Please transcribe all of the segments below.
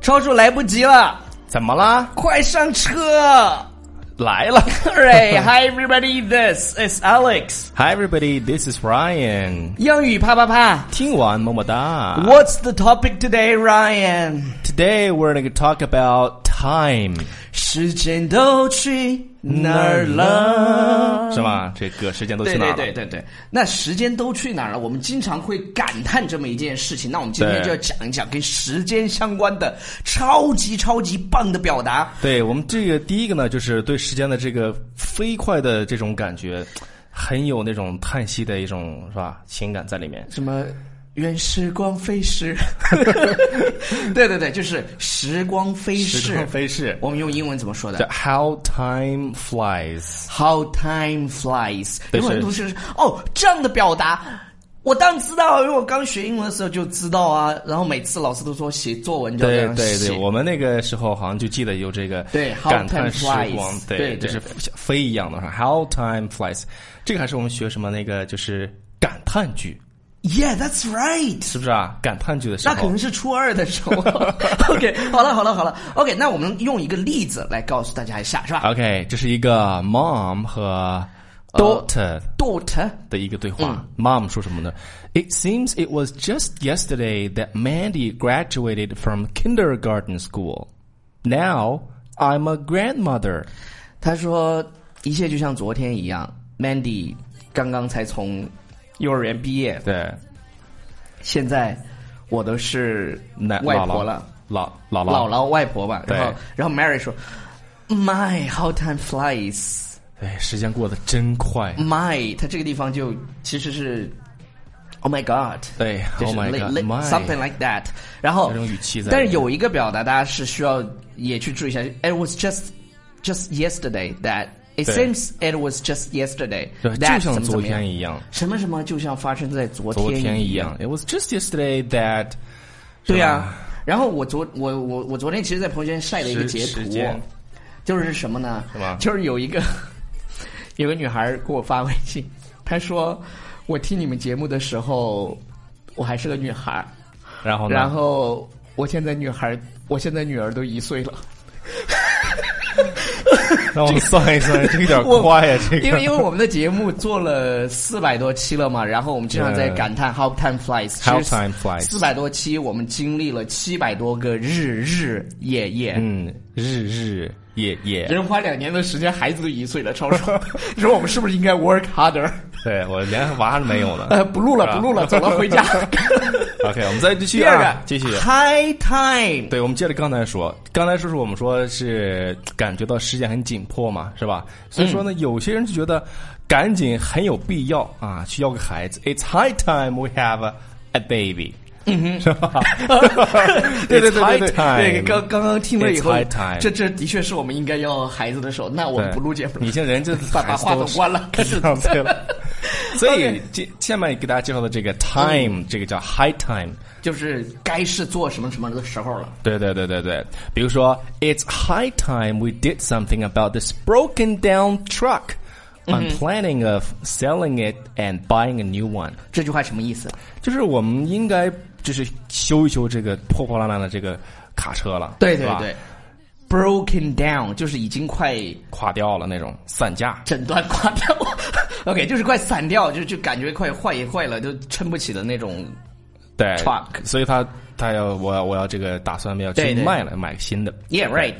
超叔来不及了，怎么了？快上车来了。 ！Hooray! Hi everybody, this is Alex. Hi everybody, this is Ryan。英语啪啪啪。听完么么哒。 What's the topic today, Ryan? Today we're going to talk about time，时间都去哪儿了？是吗？这个时间都去对哪儿对了？对对对，那时间都去哪儿了？我们经常会感叹这么一件事情。那我们今天对就要讲一讲跟时间相关的超级超级棒的表达。对我们这个第一个呢，就是对时间的这个飞快的这种感觉，很有那种叹息的一种是吧情感在里面。什么？愿时光飞逝。 对对对，就是时光飞时逝光。飞逝，我们用英文怎么说叫的 How time flies。 ？How time flies。对有很多就是哦，这样的表达。我当然知道，因为我刚学英文的时候就知道啊。然后每次老师都说写作文就这对样对写对，我们那个时候好像就记得有这个对，how 感叹 time 时 flies 光，对对就是对飞一样的是吧 How time flies，这个还是我们学什么那个就是感叹句， Yeah, that's right。是不是啊？感叹句的时那可候能，是初二的时候。OK，好了，好了，好了。OK，那我们用一个例子来告诉大家一下，是吧 OK，这是一个 mom 和 daughter ？Daughter，的一个对话。Mom 嗯说什么呢？It seems it was just yesterday that Mandy graduated from kindergarten school. Now I'm a grandmother. 他说一切就像昨天一样，Mandy 刚刚才从幼儿园毕业，对，现在我都是奶外姥婆姥了，姥姥姥姥姥外婆吧。然后对，然后 Mary 说，My how time flies。哎，时间过得真快。 My，它这个地方就其实是，Oh my God。对就，Oh 是 my li- God, li- my something like that。然后有种语气在但是里面有一个表达大家是需要也去注意一下。It was just just yesterday that it 对 seems it was just yesterday 对 that 就怎么像怎昨么样天一样，什么什么就像发生在昨昨天天一样。。It was just yesterday that 对是吧啊，然后我昨我我我昨天其实，在朋友圈晒了一个时截时图，间就是什么呢什么？就是有一个 有个女孩给我发微信，她说我听你们节目的时候，我还是个女孩儿。然后呢？然后我现在女孩，我现在女儿都一岁 了，让我们算一算，这有点我快呀，这个。因为因为我们的节目做了四百多期了嘛，然后我们经常在对感叹 how time flies。 How time flies 四百多期我们经历了七百多个日日夜夜。嗯，日日夜夜，人花两年的时间，孩子都一岁了，超超，你 说我们是不是应该 work harder？对我连娃都没有呢。呃，不录了，不录了，走了，回家。 OK，我们再继续第二个啊，，继续。 high time。对，我们接着刚才说，刚才说是我们说是感觉到时间很紧迫嘛，是吧？所以说呢，嗯有些人就觉得赶紧很有必要啊，去要个孩子。It's high time we have a baby，嗯哼，是吧？ 对对对 It's 对 high 对，对 time 刚刚刚听了以后 It's high time，这这的确是我们应该要孩子的时候。那我们不录节目了，你现在人这把把话筒关了，开始 上岁了。所以 OK 嗯这下面给大家介绍的这个 time，、这个叫 high time。就是该是做什么什么的时候了。对对对对对，比如说，It's high time we did something about this broken down truck. 嗯 I'm planning of selling it and buying a new one. 这句话什么意思？就是我们应该就是修一修这个破破烂烂的这个卡车了，对对是吧对，broken down 就是已经快垮掉了那种散架。整段垮掉 ，OK，就是快散掉，就就感觉快坏坏了，就撑不起的那种。对 Truck 所以他他要我要我要这个打算要对去对卖了，买个新的。 Yeah, right。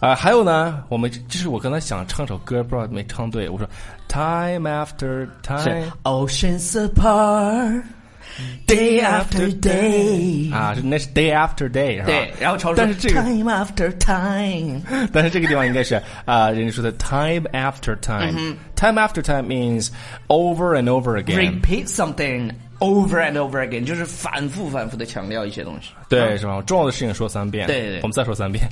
啊、还有呢，我们就是我刚才想唱首歌，不知道没唱对。我说，Time after 是 time Oceans apart, day after day。啊，是那是 day after day 是吧？对，然后超叔但是这个 time after time。但是这个地方应该是啊、人家说的 time after 嗯 time、time after time means over and over again，、 repeat something over and over again，就是反复反复的强调一些东西。对，是吧？重要的事情说三遍，嗯对对对我们再说三遍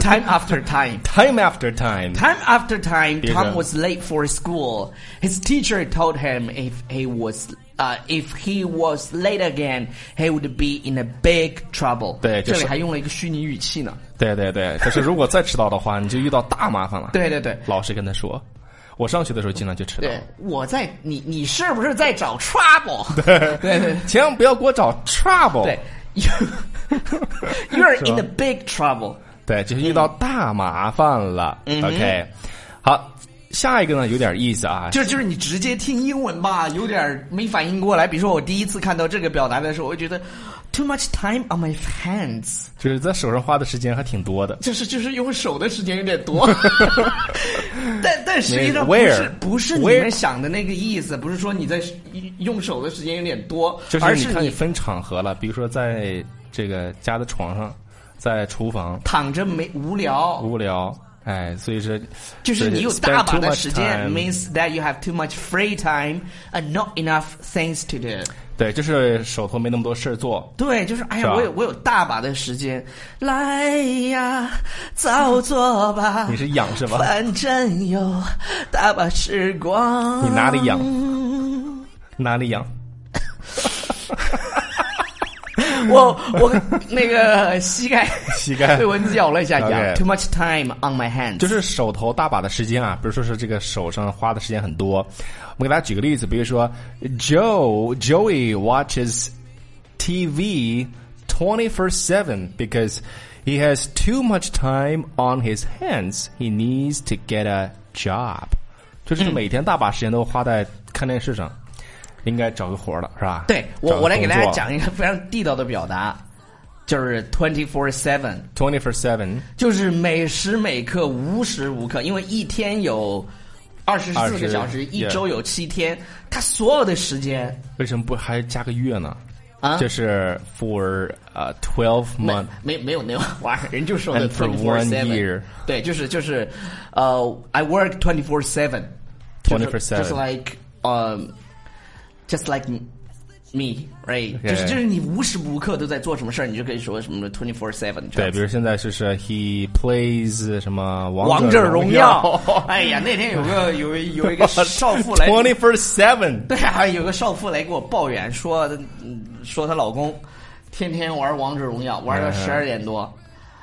Time after time. time after time。 Time after time, 别的 Tom was late for school. His teacher told him if he was uh, if he was late again, he would be in a big trouble. 对这就是里还用了一个虚拟语气呢。对对对，可是如果再迟到的话，你就遇到大麻烦了。对对对老师跟他说，我上学的时候经常就迟到。对，我在你你是不是在找 trouble？对对对哦 千万不要给我找 trouble。对，有 You're in a big trouble. 对，这是遇到大麻烦了。OK，好，下一个呢有点意思啊，就就是你直接听英文吧，有点没反应过来。比如说我第一次看到这个表达的时候，我就觉得 too much time on my hands，就是在手上花的时间还挺多的。就是就是用手的时间有点多。 但但实际上不 Where？是不是你 Where？们想的那个意思，不是说你在用手的时间有点多，就是而你是看你分场合了，比如说在这个家的床上，在厨房躺着没无聊，无聊，哎，所以说就是你有 spend 大把 too 的 much 时间 time ，means that you have too much free time and not enough things to do。对，就是手头没那么多事儿做。对，就是哎是呀，吧我有我有大把的时间，来呀，早做吧。 你是痒是吧？反正有大把时光。你哪 里痒？哪里痒？我我那个膝盖 膝盖被蚊子咬了一下，痒。 OK Too much time on my hands。就是手头大把的时间啊，比如说是这个手上花的时间很多。我给大家举个例子，比如说 Joe Joey watches TV twenty four seven because he has too much time on his hands. He needs to get a job. 就是每天大把时间都花在看电视上，应该找个活儿了，是吧？对我找个我来给大工家作讲一个非常地道的表达，就是 twenty four seven。 twenty four seven 就是每时每刻、无时无刻，因为一天有二十四个20小时，一 yeah 周有七天，他所有的时间为什么不还加个月呢？啊，就是 for 呃 twelve 没 month 没没有那 玩意儿，人就说 And 的 for twenty four one seven year。对，就是就是，呃、i work twenty four seven。 24/7 Just like um, just like me, right？、 Yeah 就是就是你无时无刻都在做什么事儿，你就可以说什么 twenty four seven。对，比如现在就是 he plays 什么王者者荣耀耀， 哎呀，那天有个有一有一个少妇来 twenty four seven，对啊，有个少妇来给我抱怨说，嗯说她老公天天玩王者荣耀，玩到嗯十二点多，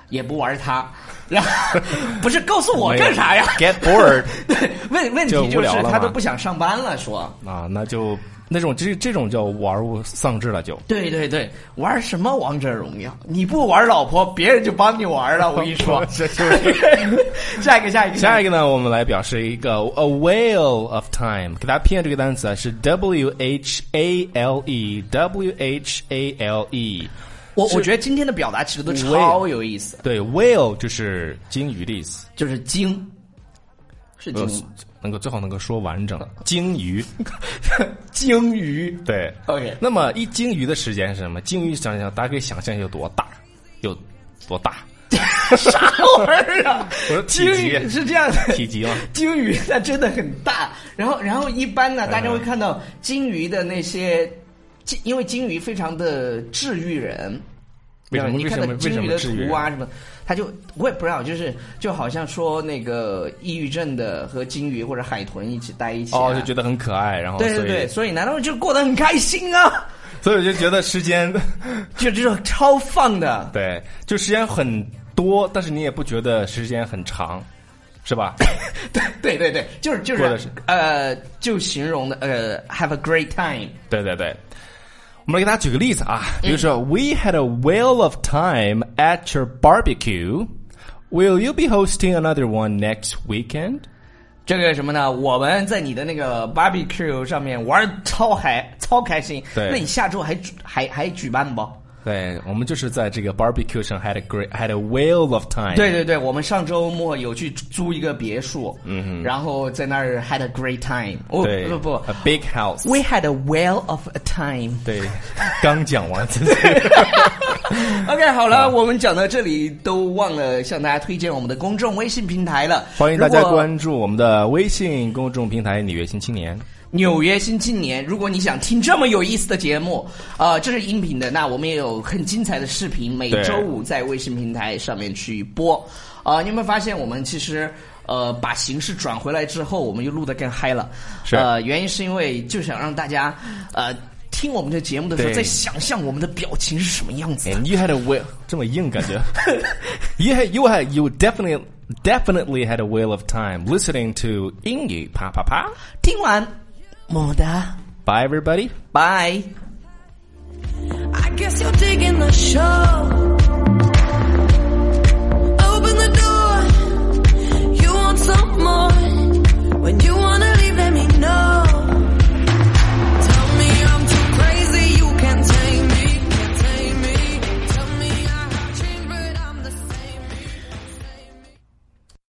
也不玩她，然 后不是告诉我干啥呀？？Get bored 对，问问题就无就聊是了嘛她都不想上班了，说。啊，那就那种这这种叫玩物丧志了就。，对对对，玩什么王者荣耀？你不玩老婆，别人就帮你玩了。我跟你说 这就是下一个，下一个，下一个。个呢，我们来表示一个 a whale of time，给大家拼下这个单词啊，是 w h a l e w h a l e。我我觉得今天的表达其实都超有意思，对，whale 就是鲸鱼的意思，就是精，是呃精吗，能够最好能够说完整，鲸鱼。嗯 鲸鱼。对 OK 那么一鲸鱼的时间是什么？鲸鱼想想，大家可以想象有多大，有多 大？啥玩意儿啊？ 我说体鲸积鱼是这样的，体积吗？鲸鱼它真的很大，然后然后一般哎呢，大家会看到鲸鱼的那些，鲸因为鲸鱼非常的治愈人。为什么对吧你看到为什么鲸鱼的为什么治愈人图啊什么，它就我也不知道，就是就好像说那个抑郁症的和鲸鱼或者海豚一起待一起、啊，哦，就觉得很可爱，然后对对所以对，所以难道就过得很开心啊？所以我就觉得时间， 就这种超放的，对，就时间很多，但是你也不觉得时间很长，是吧？ 对对对对，就是就过得是是呃，就形容的呃，have a great time。对对对。我们来给大家举个例子啊，比如说、w e had a whale of time at your barbecue. Will you be hosting another one next weekend? 这个什么呢？我们在你的那个 barbecue 上面玩儿超嗨，超开心。对那你下周还举还还举办不？对，我们就是在这个 barbecue 上 had a great had a whale of time。对对对，我们上周末有去租一个别墅，嗯，然后在那儿 had a great time。哦，对，呃不不，a big house。 ，we had a well of a time。对，刚 讲完自己。 OK，好啊了，我们讲到这里都忘了向大家推荐我们的公众微信平台了，欢迎大家如果关注我们的微信公众平台“纽约新青年纽约新青年，如果你想听这么有意思的节目，呃，这是音频的，那我们也有很精彩的视频，每对周五在微信平台上面去播。啊、你有没有发现我们其实呃把形式转回来之后，我们又录得更嗨了？是呃，原因是因为就想让大家呃听我们的节目的时候，对在想象我们的表情是什么样子的。 ”，and you had a whale，这么硬感觉。you had you had you definitely definitely had a whale of time listening to 英语啪啪啪。听完，么么哒， Bye everybody. 拜。 I guess you're digging the show.